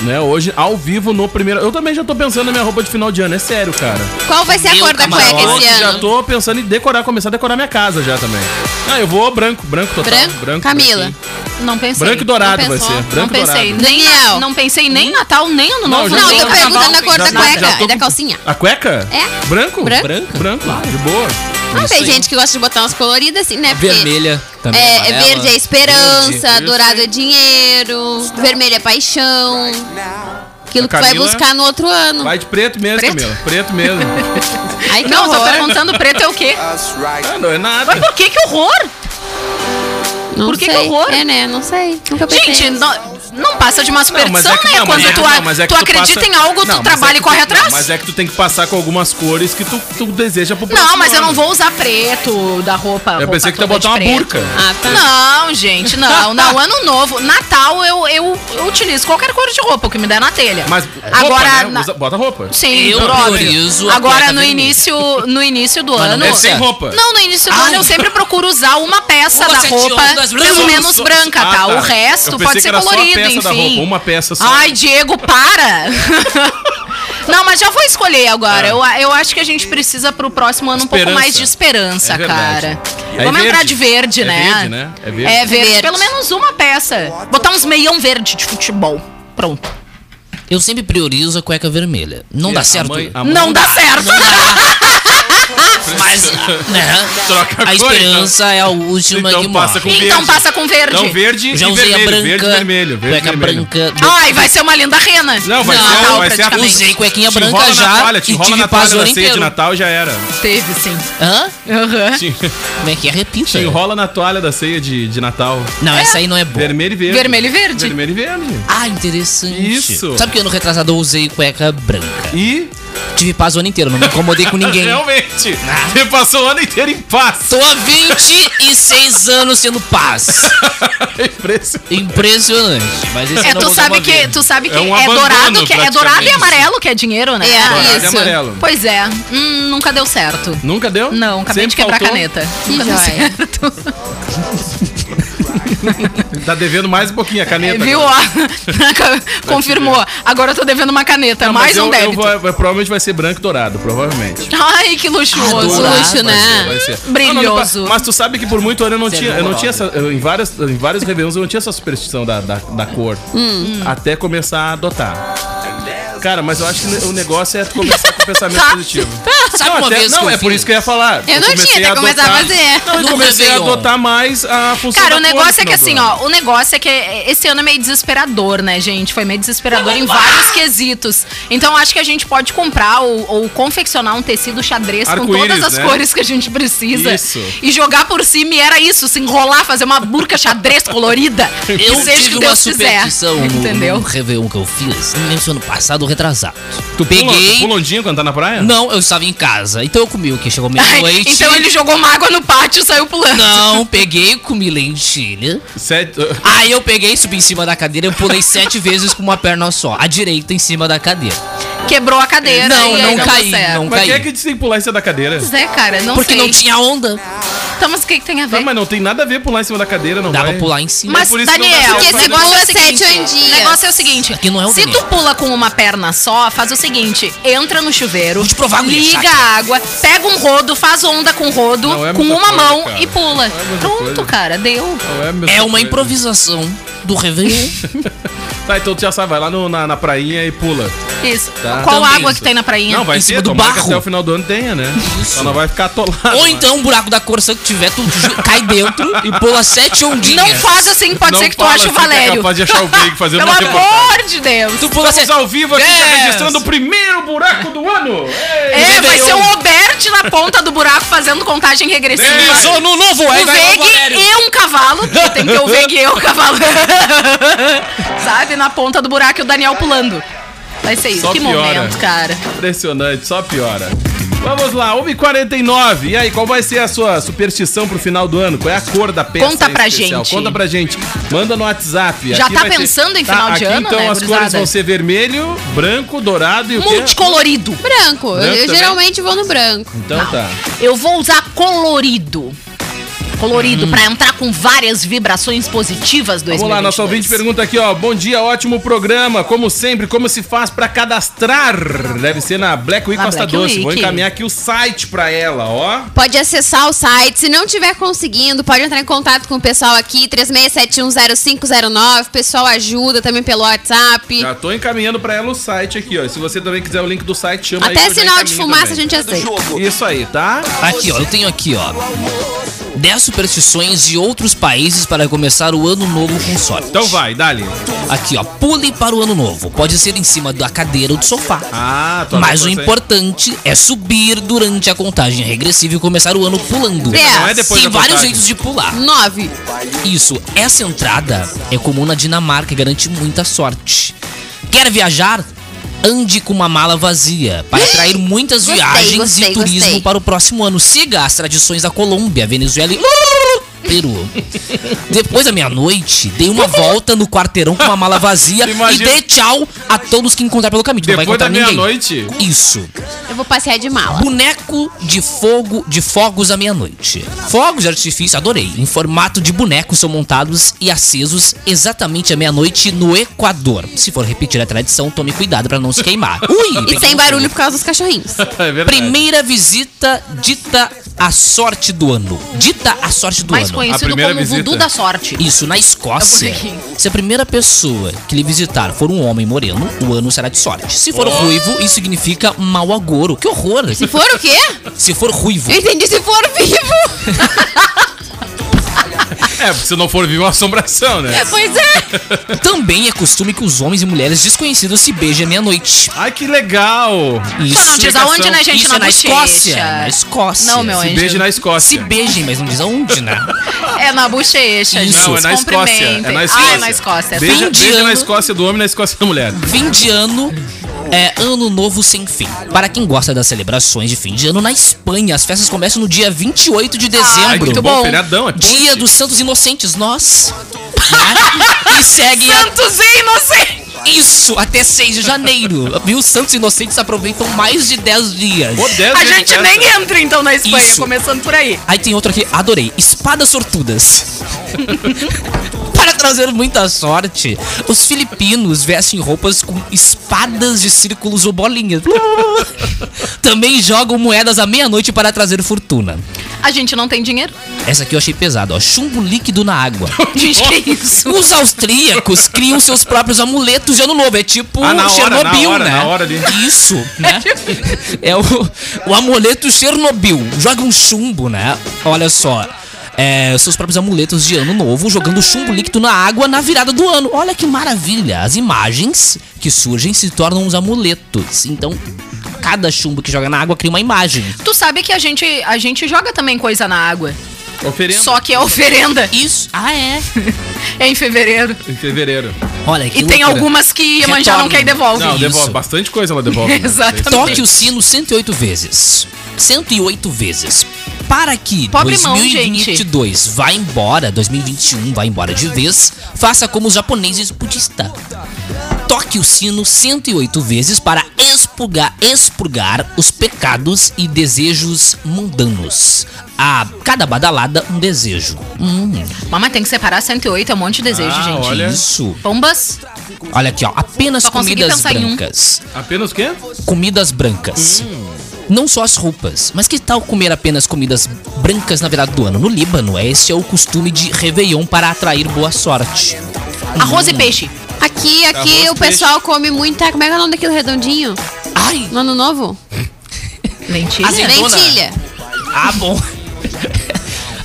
Né, hoje, ao vivo, no primeiro. Eu também já tô pensando na minha roupa de final de ano, é sério, cara.
Qual vai ser a
Meu
cor da
camarote
cueca É esse
Eu já
ano?
tô pensando em decorar, começar a decorar minha casa já também. Ah, eu vou branco, branco total.
Branco? Camila.
branquinho.
Não pensei.
Branco e dourado vai ser.
Não
Branco e
pensei,
dourado.
nem
Daniel.
não pensei nem
Hum?
Natal, nem Ano
Não,
Novo.
já
Não,
tô
eu tô
Carnaval,
perguntando a cor da
já- já
cueca
tô
e da
com-
calcinha.
A cueca?
É.
Branco?
Branco.
Branco, de boa.
Ah, tem
Isso aí.
gente que gosta de botar umas coloridas assim, né? Porque
Vermelha também.
É,
amarela.
verde é esperança,
Verde.
dourado é dinheiro, vermelho é paixão. Aquilo
A
que tu vai
Camila-
buscar no outro ano.
Vai de preto mesmo,
Preto?
Camila. Preto mesmo.
Ai, que
Não, eu tô
horror.
perguntando preto é o quê?
ah, não é nada.
Mas por que que horror?
Não
Por que que
sei.
horror?
É, né? Não sei. Nunca pensei.
Gente, é não, não passa de uma
Não, mas
superstição,
que-
né?
não, mas
Quando
é que-
tu,
não, mas é que
tu acredita
passa-
em
Não,
algo, tu
mas é
trabalha e
que
corre
tu-
atrás.
Não, mas é que tu tem que passar com algumas cores que tu, tu deseja pro
Não,
próximo
mas eu não
ano.
vou usar preto da roupa.
Eu pensei que tu ia
roupa toda de
botar uma
preto.
burca.
Ah, tá.
Não, gente, não. Não, ano novo. Natal eu, eu, eu utilizo qualquer cor de roupa, o que me der na telha.
Mas
agora.
roupa, né?
na-
Usa- bota roupa.
Sim,
Eu
por óbvio.
priorizo a
Agora
cueca
no
vermelha.
início, no início do
Mas não
ano.
deve ser.
É Sem roupa.
Não, no início do
Ah.
ano eu sempre procuro usar uma peça
Uma
da
sete
roupa,
horas, duas
pelo
brancas.
menos branca,
Ah,
tá?
tá.
O
Eu
resto
pensei
pode
que
ser
era só a
colorido,
peça
enfim.
da roupa, uma peça só.
Ai, Diego, para! Não, mas já vou escolher agora. Eu, eu acho que a gente precisa pro próximo ano um pouco
É. Esperança.
mais de esperança,
É verdade.
cara.
É
Vamos entrar
verde.
de verde,
É
né?
verde, né? É verde.
É verde.
Verde.
Pelo menos uma peça. Botar uns meião verde de futebol. Pronto.
Eu sempre priorizo a cueca vermelha. Não
E
dá
a
certo.
mãe- a mãe-
Não dá certo!
Mas, né?
Troca a
A
cor,
esperança é a última
Então
que
passa
morre.
com-
Então
verde.
passa com verde.
Então verde
Eu já
e
usei
vermelho.
a branca.
Verde e vermelho. Verde e
cueca
vermelho.
branca.
Ai, vai ser uma linda rena.
Não, vai
Não,
ser,
Natal
vai ser a
praticamente.
Usei cuequinha
Te
branca
enrola na
já
toalha, te
e
enrola
tive
na toalha
paz
da
o
né?
ano
ceia de
inteiro.
Natal já era.
Teve, sim.
Hã?
Aham.
Te,
Como é que é? Repita.
te enrola na toalha da ceia de, de Natal.
Não, essa aí não é boa.
Vermelho e verde.
Vermelho e verde.
Vermelho e verde.
Ah, interessante.
Isso.
Sabe que ano retrasado eu usei cueca branca.
E
Tive paz o ano inteiro, não me incomodei com ninguém. Ah.
Realmente. Você passou o ano inteiro em paz.
Tô há 26 anos sendo paz.
Impressionante.
Impressionante. Mas esse
É,
ano eu
tu
vou dar
sabe
uma
que,
vez.
tu sabe que
É
é,
um abandono,
dourado, que é dourado e
praticamente.
amarelo que é dinheiro, né?
É,
Dourado e
isso.
amarelo.
Pois é. Hum, nunca deu certo.
Nunca deu?
Não, acabei de
Sempre
quebrar a
faltou.
caneta.
Que
Nunca deu
joia.
certo.
Tá devendo mais um pouquinho a
É,
caneta.
viu?
agora.
Ó, Confirmou. Agora eu tô devendo uma caneta,
Não,
mais
mas eu-
um
eu
débito.
vou- vai- provavelmente vai ser branco e dourado, provavelmente.
Ai, que luxuoso.
Adorado.
Luxo, né?
é.
Vai ser. Ah,
Brilhoso.
Não, não, mas tu sabe que por muito ano eu não
Você
tinha,
é
eu não tinha essa, eu- em várias, em vários réveillons eu não tinha essa superstição da, da, da cor,
Hum.
até começar a adotar. Cara, mas eu acho que o negócio é tu começar com o pensamento
Tá.
positivo.
Sabe
não,
uma
até-
vez
não
que eu
é por
fiz?
isso que eu ia falar.
Eu não
comecei
tinha, até começar a
adotar-
fazer.
Não, eu
No
comecei a
Réveillon.
adotar mais a função
tá
da
Cara,
cor
o
no
negócio é que
final do
assim,
ano.
ó, o negócio é que esse ano é meio desesperador, né, gente? Foi meio desesperador em vários quesitos. Então acho que a gente pode comprar ou, ou confeccionar um tecido xadrez com
Arco-íris,
todas as
né?
cores que a gente precisa.
Isso.
E jogar por cima e era isso, se enrolar, fazer uma burca xadrez colorida. que
Eu
seja o
tive
que
uma
Deus quiser.
superstição no- no
Entendeu?
Réveillon que eu fiz, não lembro se foi ano passado ou retrasado.
Tu pula,
peguei-
tu pula ondinha quando tá na praia?
Não, eu estava em casa. Então eu comi o que? Chegou meia-noite.
então ele jogou uma água no pátio e saiu pulando.
Não, peguei, comi lentilha.
Sete- uh,
Aí eu peguei, subi em cima da cadeira, eu pulei sete vezes com uma perna só. A direita em cima da cadeira.
Então Quebrou a cadeira.
Não,
e aí
não
deu
caí,
certo.
não.
Mas quem é
caí.
que disse que tem que pular em cima da cadeira?
Pois é, cara, não
Porque
sei.
não tinha onda.
Então, mas o que, que tem a ver?
Tá, mas não tem nada a ver pular em cima da cadeira, não
Dava
vai?
pra pular em cima.
Mas,
por isso que não dá
Daniel,
certo
Porque
pra
se
mim.
negócio
pula
é o seguinte,
sete em
O
dia.
negócio é o seguinte,
Aqui não é o
se tu
Daniel.
pula com uma perna só, faz o seguinte, entra no chuveiro,
Vou te provar, guria,
liga
chata.
a água, pega um rodo, faz onda com o rodo,
Não é
com
muita
uma
coisa,
mão
cara.
e pula.
Não é muita
Pronto,
coisa.
cara, deu.
Não a mesma
É uma
coisa.
improvisação do Réveillon.
Tá, então tu já sabe, vai lá no- na, na prainha e pula.
Isso.
Tá.
Qual
Também.
água que tem na prainha?
Não, vai
em cima
ser,
do
tomara que
barro.
até o final do ano tenha, né? Só não vai ficar atolado.
Ou então o buraco da corçã que tiver, tu ju- cai dentro e pula sete ondinhas.
Não faz assim, pode
Não
ser que tu
fala
ache o
assim que é
Valério.
capaz de achar o Greg fazendo
Pelo
uma reportagem.
amor de Deus.
Tu pula
Estamos
sete...
ao vivo aqui, já
Yes.
registrando o primeiro buraco do ano.
É, vai
Réveillon.
ser o Obert na ponta do buraco fazendo contagem regressiva.
Pisou no novo, aí
Um
vai o
Veg
Valério.
e um cavalo. porque Tem que ter o Veg e o um cavalo. Sabe? Na ponta do buraco e o Daniel pulando. Vai ser isso.
Só
que
piora.
momento, cara.
Impressionante, só piora. Vamos lá, 1h49. E aí, qual vai ser a sua superstição pro final do ano? Qual é a cor da peça?
Conta
em
pra
especial?
gente.
Conta pra gente. Manda no WhatsApp.
Já
Aqui
tá
vai ter-
pensando em final de
aqui,
ano,
Então
né,
as cores
gurizada?
vão ser vermelho, branco, dourado e o quê?
Multicolorido.
Branco.
Branco
eu eu
né?
também?
geralmente vou no branco.
Então tá.
Eu vou usar colorido. Colorido, pra entrar com várias vibrações positivas do
Hum. Vamos lá, nosso ouvinte pergunta aqui, ó. Bom dia, ótimo programa. Como sempre, como se faz pra cadastrar? Deve ser na Black Week
Na
Costa
Black
Doce. Vou
Week.
encaminhar aqui o site pra ela, ó.
Pode acessar o site. Se não tiver conseguindo, pode entrar em contato com o pessoal aqui. 36710509. O pessoal ajuda também pelo WhatsApp.
Já tô encaminhando pra ela o site aqui, ó. Se você também quiser o link do site, chama aí.
Até
que eu já
sinal de
encaminho
fumaça
também.
a gente aceita.
Isso aí, tá?
Aqui, ó, eu tenho aqui, ó. 10 superstições de outros países para começar o ano novo com sorte.
Então vai, dali.
Aqui, ó, pule para o ano novo. Pode ser em cima da cadeira ou do sofá.
Ah, tô
Mas o
anotando isso aí.
importante é subir durante a contagem regressiva e começar o ano pulando.
Dez. Não é
depois
Tem
da
vários
contagem.
jeitos de pular.
9.
Isso, essa entrada é comum na Dinamarca e garante muita sorte. Quer viajar? Ande com uma mala vazia para atrair muitas
Gostei,
viagens
gostei,
e turismo
gostei.
para o próximo ano. Siga as tradições da Colômbia, Venezuela e Peru. Depois da meia-noite, dê uma volta no quarteirão com uma mala vazia e
Imagina.
dê tchau a todos que encontrar pelo caminho. Tu não vai
Depois da
encontrar ninguém.
meia-noite.
Isso.
Eu vou passear de mala.
Boneco de fogo de fogos à meia-noite. Fogos de artifício, adorei. Em formato de boneco são montados e acesos exatamente à meia-noite no Equador. Se for repetir a tradição, tome cuidado pra não se queimar. Ui!
E sem barulho por causa dos cachorrinhos.
É verdade.
Primeira visita dita a sorte do ano. Dita a sorte do
Mais
ano.
A
conhecido
primeira
como
visita.
voodoo da sorte.
Isso, na Escócia.
Eu vou
Se a primeira pessoa que lhe visitar for um homem moreno, o ano será de sorte. Se for ruivo, isso significa mau agouro. Que horror!
Se for o quê?
Se for ruivo.
Eu entendi se for vivo.
É, porque se não for vivo, é uma assombração, né?
Pois é.
Também é costume que os homens e mulheres desconhecidos se beijem à meia-noite.
Ai, que legal.
Isso, é
Só não diz aonde, né, gente?
isso
não
é na
deixa.
Escócia. Na Escócia.
Não, meu
Se
anjo.
Beijo na Escócia.
Se beijem, mas não diz aonde, né?
É na bochecha,
Isso.
gente.
Não, é na
Se
Escócia.
cumprimentem.
É na Escócia.
Ah, é na Escócia.
Beija,
Fim de
beija na
ano.
Escócia do homem, na Escócia da mulher.
Fim de ano é ano novo sem fim. Para quem gosta das celebrações de fim de ano, na Espanha as festas começam no dia 28 de
Ai,
dezembro.
que
muito
bom.
bom.
Feriadão, é
Dia
ponte.
dos Santos Inocentes, nós. Né? E segue a-
Santos e inocentes!
isso até 6 de janeiro. Viu? Os Santos Inocentes aproveitam mais de 10 dias.
Pô, dez
A
vezes
gente
festa.
nem entra então na Espanha,
Isso.
começando por aí.
Aí tem outro aqui, adorei. Espadas sortudas. Para trazer muita sorte, os filipinos vestem roupas com espadas de círculos ou bolinhas. Também jogam moedas à meia-noite para trazer fortuna.
A gente não tem dinheiro.
Essa aqui eu achei pesada, ó. Chumbo líquido na água.
Gente, que isso?
Os austríacos criam seus próprios amuletos de ano novo. É tipo
Ah, na hora,
Chernobyl,
na hora,
né?
na hora ali.
Isso, né? É o, o amuleto Chernobyl. Joga um chumbo, né? Olha só. É, seus próprios amuletos de ano novo, jogando chumbo líquido na água na virada do ano. Olha que maravilha! As imagens que surgem se tornam os amuletos. Então, cada chumbo que joga na água cria uma imagem.
Tu sabe que a gente, a gente joga também coisa na água.
Oferenda.
Só que é oferenda.
Isso. Ah, é?
É em fevereiro.
Em fevereiro.
Olha que
E tem
loucura.
algumas que Iemanjá não
Retorno.
quer e devolve.
Não,
isso.
devolve. Bastante coisa ela devolve. né?
Exatamente.
Toque o sino 108 vezes. 108 vezes. Para que
Pobre mão,
2022 vá embora, 2021 vá embora de vez, faça como os japoneses budistas. Toque o sino 108 vezes para expurgar, expurgar os pecados e desejos mundanos. A cada badalada, um desejo. Hum,
Mamãe tem que separar 108, é um monte de desejo,
Ah,
gente.
olha.
isso.
Pombas,
Olha aqui, ó. Apenas
Só consegui
comidas
pensar em um.
brancas.
Apenas o quê?
comidas brancas. Não só as roupas, mas que tal comer apenas comidas brancas na virada do ano? No Líbano, esse é o costume de Réveillon para atrair boa sorte.
arroz e peixe.
Aqui aqui, aqui
Arroz,
o pessoal come muita. Como é que é o nome daquilo redondinho?
Ai!
No ano novo? É
Lentilha?
Azeitona.
Lentilha.
Ah, bom.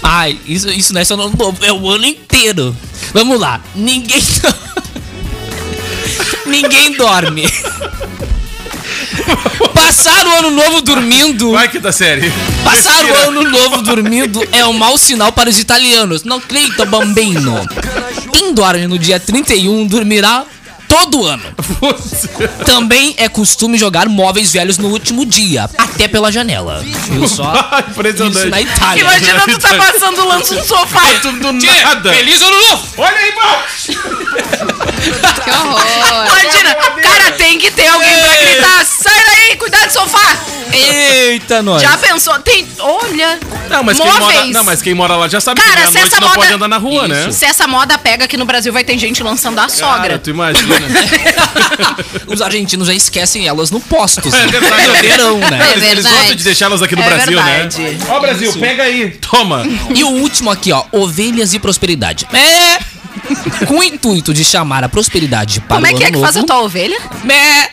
Ai, isso, isso não é só no ano novo, é o ano inteiro. Vamos lá. Ninguém. do- Ninguém dorme. Passar o ano novo dormindo.
Vai, tá quinta série.
Passar o
Respira.
ano novo dormindo é um mau sinal para os italianos. Não creio, bambino. Quem dorme no dia 31 dormirá todo ano. Também é costume jogar móveis velhos no último dia, até pela janela. Viu só?
Impressionante.
Isso na Itália.
Imagina tu tá passando o lance no sofá.
Do
Tchê,
nada.
Feliz ano novo!
Olha aí, pô.
Que horror.
Imagina, cara, tem que ter alguém pra gritar. Sai daí, cuidado do sofá.
Eita, nós.
Já pensou? Tem. Olha.
Não, mas quem,
móveis.
mora, não, mas quem mora lá já sabe que
Cara, se
meia-noite
essa
não
moda.
pode andar na rua, né?
Se essa moda pega aqui no Brasil, vai ter gente lançando a
Cara,
sogra.
tu imagina.
Os argentinos já esquecem elas no posto.
É verdade.
no verão, né?
Eles, eles gostam de deixá-las aqui no
É
Brasil, né?
verdade.
Ó, Brasil, pega aí. Toma.
E o último aqui, ó. Ovelhas e prosperidade. É! Com o intuito de chamar a prosperidade para
Como é
o
que é
ano
que faz a
novo,
tua ovelha?
Mé.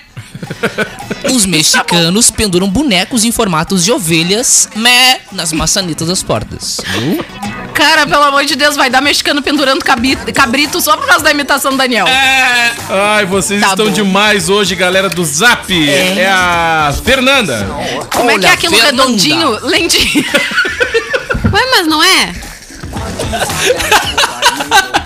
Os mexicanos penduram bonecos em formatos de ovelhas mé, nas maçanetas das portas.
Cara, pelo amor de Deus, vai dar mexicano pendurando cabi- cabrito só por causa da imitação do Daniel.
É,
Ai, vocês
Tá
estão
bom.
demais hoje, galera do Zap. É, a Fernanda.
Como é que é
Olha,
aquilo
Fernanda.
redondinho? Lentinho.
Ué, mas não é?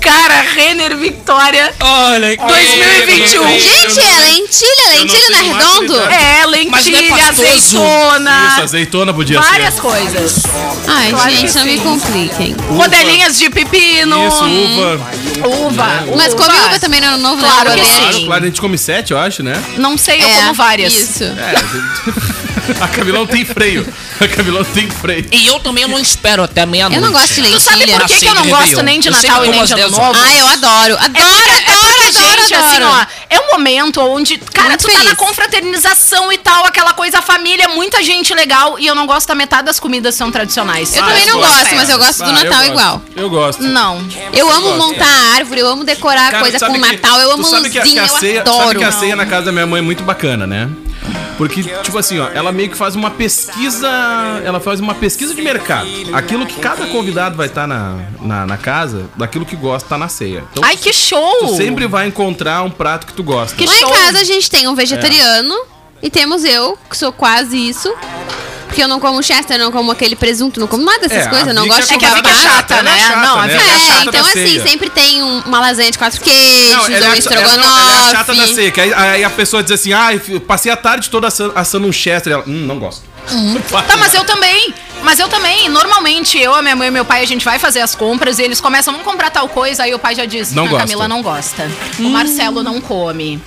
Cara, Renner Victoria.
Olha,
2021.
Gente, é lentilha, lentilha não é
tenho mais
redondo?
cuidado.
É,
Mas não é assim,
lentilha,
pastoso.
Isso,
azeitona.
azeitona podia
Ah. várias
ser.
coisas.
Ai,
Claro
gente,
que
não me
sim.
compliquem.
Rodelinhas de pepino.
Isso, uva.
Uva.
Mas come uva também no ano novo, né?
Claro que
Rodeio.
sim.
Claro, claro, a gente come sete, eu acho, né?
Não sei, eu
É,
como várias.
Isso.
É, a gente- a Camila não tem freio. A Camila não tem freio.
E eu também não espero até meia-noite.
Eu não gosto de
Tu sabe
lentilha.
por que, que eu não
Sim,
gosto
Réveillon.
nem de
Eu sempre
Natal e
como
nem
às
de Ano
10
Novo?
Ah, eu adoro. Adoro, adoro,
porque,
adoro,
é gente,
adoro.
assim, ó, é um momento onde, cara,
Muito
tu tá
feliz.
na confraternização e tal, aquela coisa, a família, muita gente legal, e eu não gosto da metade das comidas são tradicionais.
Eu também
eu
não
gosto.
gosto, mas eu gosto
Ah,
do
eu
Natal
gosto.
igual.
Eu gosto.
Não.
Eu amo montar a árvore, eu amo decorar
Cara,
coisa
sabe
com o
que-
Natal, eu
tu
amo
sabe que a-
luzinha,
que a ceia,
eu adoro.
Sabe que a ceia na casa da minha mãe é muito bacana, né? Porque, tipo assim, ó, ela meio que faz uma pesquisa. Ela faz uma pesquisa de mercado. Aquilo que cada convidado vai estar na, na, na casa, daquilo que gosta, tá na ceia. Então,
Ai, que show!
tu sempre vai encontrar um prato que tu gosta.
Que
Lá em
show.
casa a gente tem um vegetariano
É.
e temos eu, que sou quase isso. Porque eu não como chester, não como aquele presunto, não como nada dessas
É,
coisas,
a
não
Vicky
gosto de
é
que a
comer
Vicky é
barato.
chata, né?
Ela
Não, a
né?
Vicky
Ela
É,
chata
então
da
assim,
ceia.
sempre tem um- uma lasanha de quatro queijos,
Não, ela,
um
é, ela-
estrogonofe.
ela é chata da ceia, que aí, aí a pessoa diz assim, ah, eu passei a tarde toda assa- assando um chester. Ela, hum, não gosto.
Tá, mas eu também. Mas eu também. Normalmente, eu, a minha mãe e meu pai, a gente vai fazer as compras e eles começam, vamos comprar tal coisa, aí o pai já diz,
Não
a
gosta.
Camila não gosta. O Marcelo não come.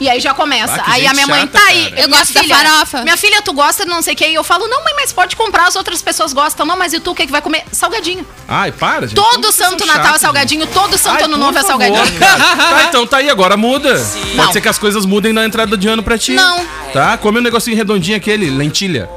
E aí já começa.
Ah, que
aí a
gente
minha mãe
chata,
tá aí.
cara.
Eu
minha
gosto da farofa."
Minha filha, tu gosta de não sei o que. E eu falo, não, mãe, mas pode comprar, as outras pessoas gostam. Não, mas e tu, o que, que vai comer? Salgadinho.
Ai, para, gente. Como
Todo
vocês são
santo Natal é
chatos, gente?
salgadinho, todo santo
Ai,
ano
por
novo é
favor,
salgadinho.
cara. tá, então tá aí, agora muda. Pode
Não.
ser que as coisas mudem na entrada de ano pra ti.
Não.
Tá? Come um negocinho redondinho aquele, lentilha.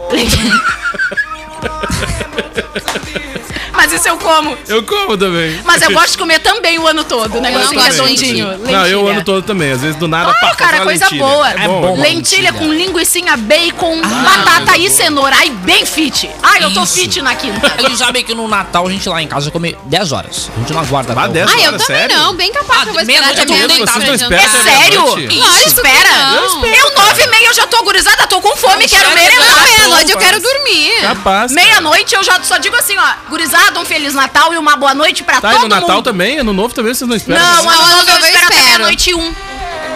Mas isso eu como.
Eu como também.
Mas eu gosto de comer também o ano todo, né?
não gosto de
redondinho.
Não, eu
lentilha.
ano todo também. Às vezes do nada,
Claro,
pá, faz
cara,
uma
coisa
lentilha.
boa.
É bom. Ah,
bom.
Lentilha com linguicinha, bacon, batata e cenoura. Ai, bem fit. Ai, eu tô
Isso.
fit na quinta.
Eles sabem que no Natal a gente lá em casa come 10 horas. A gente não aguarda.
Bah,
até
10
o-
Ah, eu
horas,
também
sério?
não, bem capaz. que eu vou
meia
esperar tá
noite
até
eu tô
minha mãe
deitada,
pra
vocês estão
jantar.
É
espertos, né?
sério?
meia-noite?
Isso,
Lógico que
espera.
não.
Eu, nove e meia, eu já tô gurizada, tô com fome, quero
Não,
merendar.
meia-noite eu quero dormir.
Capaz. cara.
Meia-noite eu já só digo assim, ó. Gurizada, um Feliz Natal e uma boa noite pra
Tá, e
todo
no Natal
mundo.
também? Ano novo também vocês não esperam?
Não,
Não,
ano
ano
novo eu
novo eu
espero até
espero.
meia-noite e um.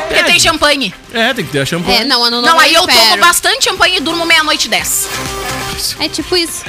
Porque tem champanhe.
É, tem que ter a champanhe.
É, não, ano novo
Não, aí eu tomo
espero.
bastante champanhe e durmo meia-noite e dez.
É tipo isso.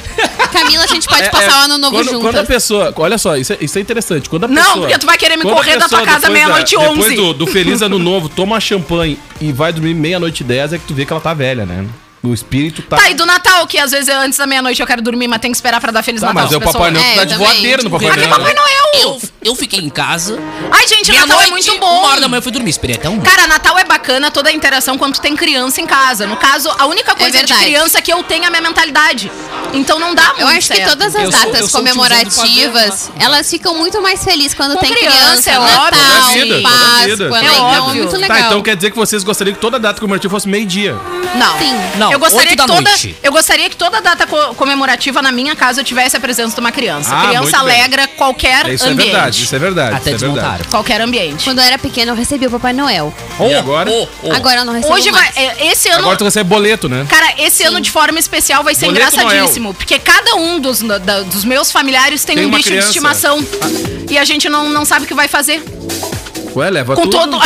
Camila, a gente pode
É,
passar
é,
o ano novo
quando,
juntas.
Quando a pessoa. Olha só, isso é, isso é interessante. Quando a
Não,
pessoa,
porque tu vai querer me
quando a
correr da
pessoa,
tua casa
depois da-
meia-noite e
Depois
11.
do, do Feliz Ano Novo, toma champanhe e vai dormir meia-noite e 10, é que tu vê que ela tá velha, né? O espírito tá.
Tá, e do Natal, que às vezes é antes da meia-noite eu quero dormir, mas tem que esperar pra dar Feliz
Tá,
Natal.
mas é o
pessoal.
Papai Noel
É,
que tá
eu
de
também.
voadeiro no Papai
Aqui
Noel.
é
né?
Papai Noel!
Eu, eu fiquei em casa.
Ai, gente, Natal é muito bom.
Uma hora da manhã eu fui dormir, esperei até um.
Cara, Natal é bacana toda a interação quando tu tem criança em casa. No caso, a única coisa de
verdade.
criança que eu tenho é a minha mentalidade. Então não dá muito
Eu acho que
certo.
todas as
Eu sou-
datas
eu sou o tiozão do
comemorativas, elas ficam muito mais felizes quando
Com
tem
criança,
criança,
é
Natal,
óbvio.
Toda
Sim.
vida, toda
Páscoa,
vida.
né?
É
Então é
óbvio.
muito
Tá,
legal.
Tá, então quer dizer que vocês gostariam que toda data comemorativa fosse meio-dia.
Não.
Sim.
Não,
eu gostaria
oito da
que toda,
noite.
Eu gostaria que toda data co- comemorativa na minha casa eu tivesse a presença de uma criança.
Ah, muito
criança
bem.
alegra qualquer
Isso
Ah, ambiente.
é verdade, isso é verdade.
Até
isso é
desmontaram.
verdade.
Qualquer ambiente.
Quando eu era pequena, eu recebia o Papai Noel.
Oh,
E agora?
Agora eu não recebo
Hoje vai.
mais.
é, Esse ano.
Agora tu recebe boleto, né?
Cara, esse ano de forma especial vai ser
Boleto
engraçadíssimo. Porque cada um dos, da- dos meus familiares tem,
Tem
um
uma
bicho
criança. Ah.
de estimação. E a gente não, não sabe o que vai fazer.
Ué, leva
Com
tudo.
todo.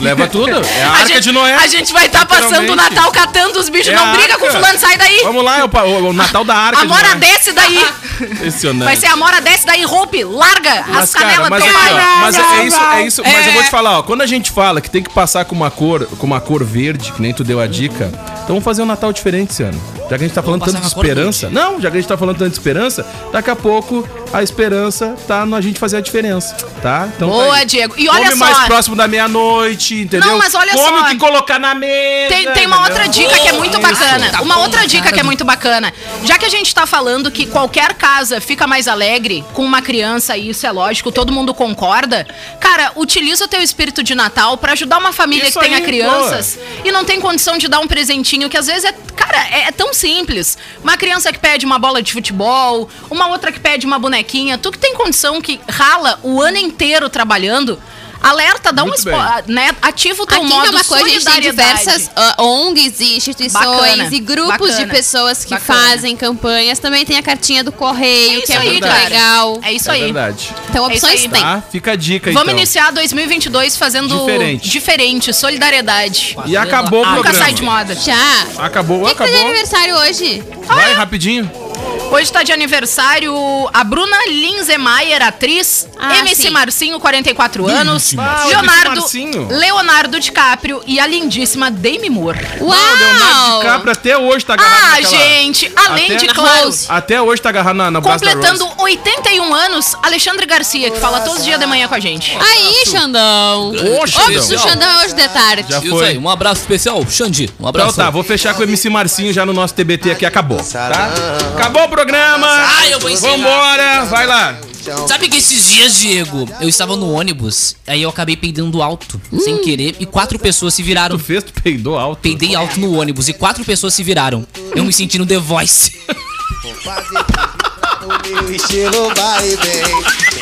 Leva tudo. É a,
A
arca
gente-
de Noé.
A gente vai estar passando o
Literalmente.
Natal catando os bichos.
É a
não briga
arca.
com o fulano, sai daí.
Vamos lá, é o, pa- o- o Natal da arca.
Amora
de Noé.
desce daí.
Impressionante.
Vai ser Amora desce daí, rompe, larga as
Mas, cara,
canelas
mas,
teu
aqui, ó,
pai.
mas é isso, é isso. Mas eu vou te falar, ó. Quando a gente fala que tem que passar com uma cor, com uma cor verde, que nem tu deu a dica, então vamos fazer um Natal diferente esse ano. Já que a gente tá falando
passar
tanto de
com a cor
esperança. Não, já que a gente tá falando tanto de esperança, daqui a pouco a esperança tá na gente fazer a diferença, tá? Então tá
Boa,
aí.
Diego. E olha
Come mais
só.
próximo da meia-noite, entendeu?
Não, mas olha
Come
só.
o que colocar na mesa.
Tem, tem uma
entendeu?
outra dica que é muito bacana.
Tá
uma
bom,
outra dica
cara.
que é muito bacana. Já que a gente tá falando que qualquer casa fica mais alegre com uma criança, e isso é lógico, todo mundo concorda. Cara, utiliza o teu espírito de Natal pra ajudar uma família
Isso
que tenha
aí,
crianças e não tem condição de dar um presentinho que às vezes é. Cara, é, é tão simples. Uma criança que pede uma bola de futebol, uma outra que pede uma bonequinha. Tu que tem condição que rala o ano inteiro trabalhando. Alerta, dá um
Muito
expo,
bem.
a- né? Ativa o teu
Aqui
modo
é uma coisa, a gente tem
solidariedade.
diversas ah, ONGs e instituições
Bacana,
e grupos de
bacana,
pessoas que
bacana.
fazem campanhas. Também tem a cartinha do
É
correio,
isso
que é
aí,
muito
cara.
legal.
É isso
É
aí.
verdade.
Então
é isso
opções
aí.
tem.
Tá? Fica a dica,
Vamos
então.
iniciar 2022 fazendo
Diferente.
diferente, solidariedade.
E acabou o
Ah,
programa.
Nunca sai de moda.
Já.
Acabou,
Quem que tá de
acabou.
aniversário hoje?
Vai rapidinho.
Hoje tá de aniversário a Bruna Linzemeyer, atriz,
Ah,
MC
sim.
Marcinho, 44 anos,
Marcinho. Ah, o MC
Leonardo,
Marcinho.
Leonardo DiCaprio e a lindíssima Demi Moore.
Ah, o Leonardo
Uau!
DiCaprio até hoje tá agarrado
Ah,
naquela-
gente, além
Até-
de,
Na
claro,
Rose.
Até hoje tá agarrado na, na Basta
completando
Rose.
81 anos, Alexandre Garcia, que fala todos os dias de manhã com a gente.
Aí, Xandão.
Ô,
Hoje o
Xandão.
Xandão é hoje de tarde.
Já
Isso
foi.
aí, um abraço especial. Xandi, um abraço.
Então tá, vou fechar com o MC Marcinho já no nosso TBT aqui, acabou, tá? Acabou o programa!
Ah, eu vou encerrar.
Vambora, vai lá!
Sabe que esses dias, Diego, eu estava no ônibus, aí eu acabei peidando alto, sem querer, e quatro pessoas se viraram.
Tu fez, tu peidou alto.
Peidei alto no ônibus e quatro pessoas se viraram. Eu me senti no The Voice.
O meu estilo vai bem.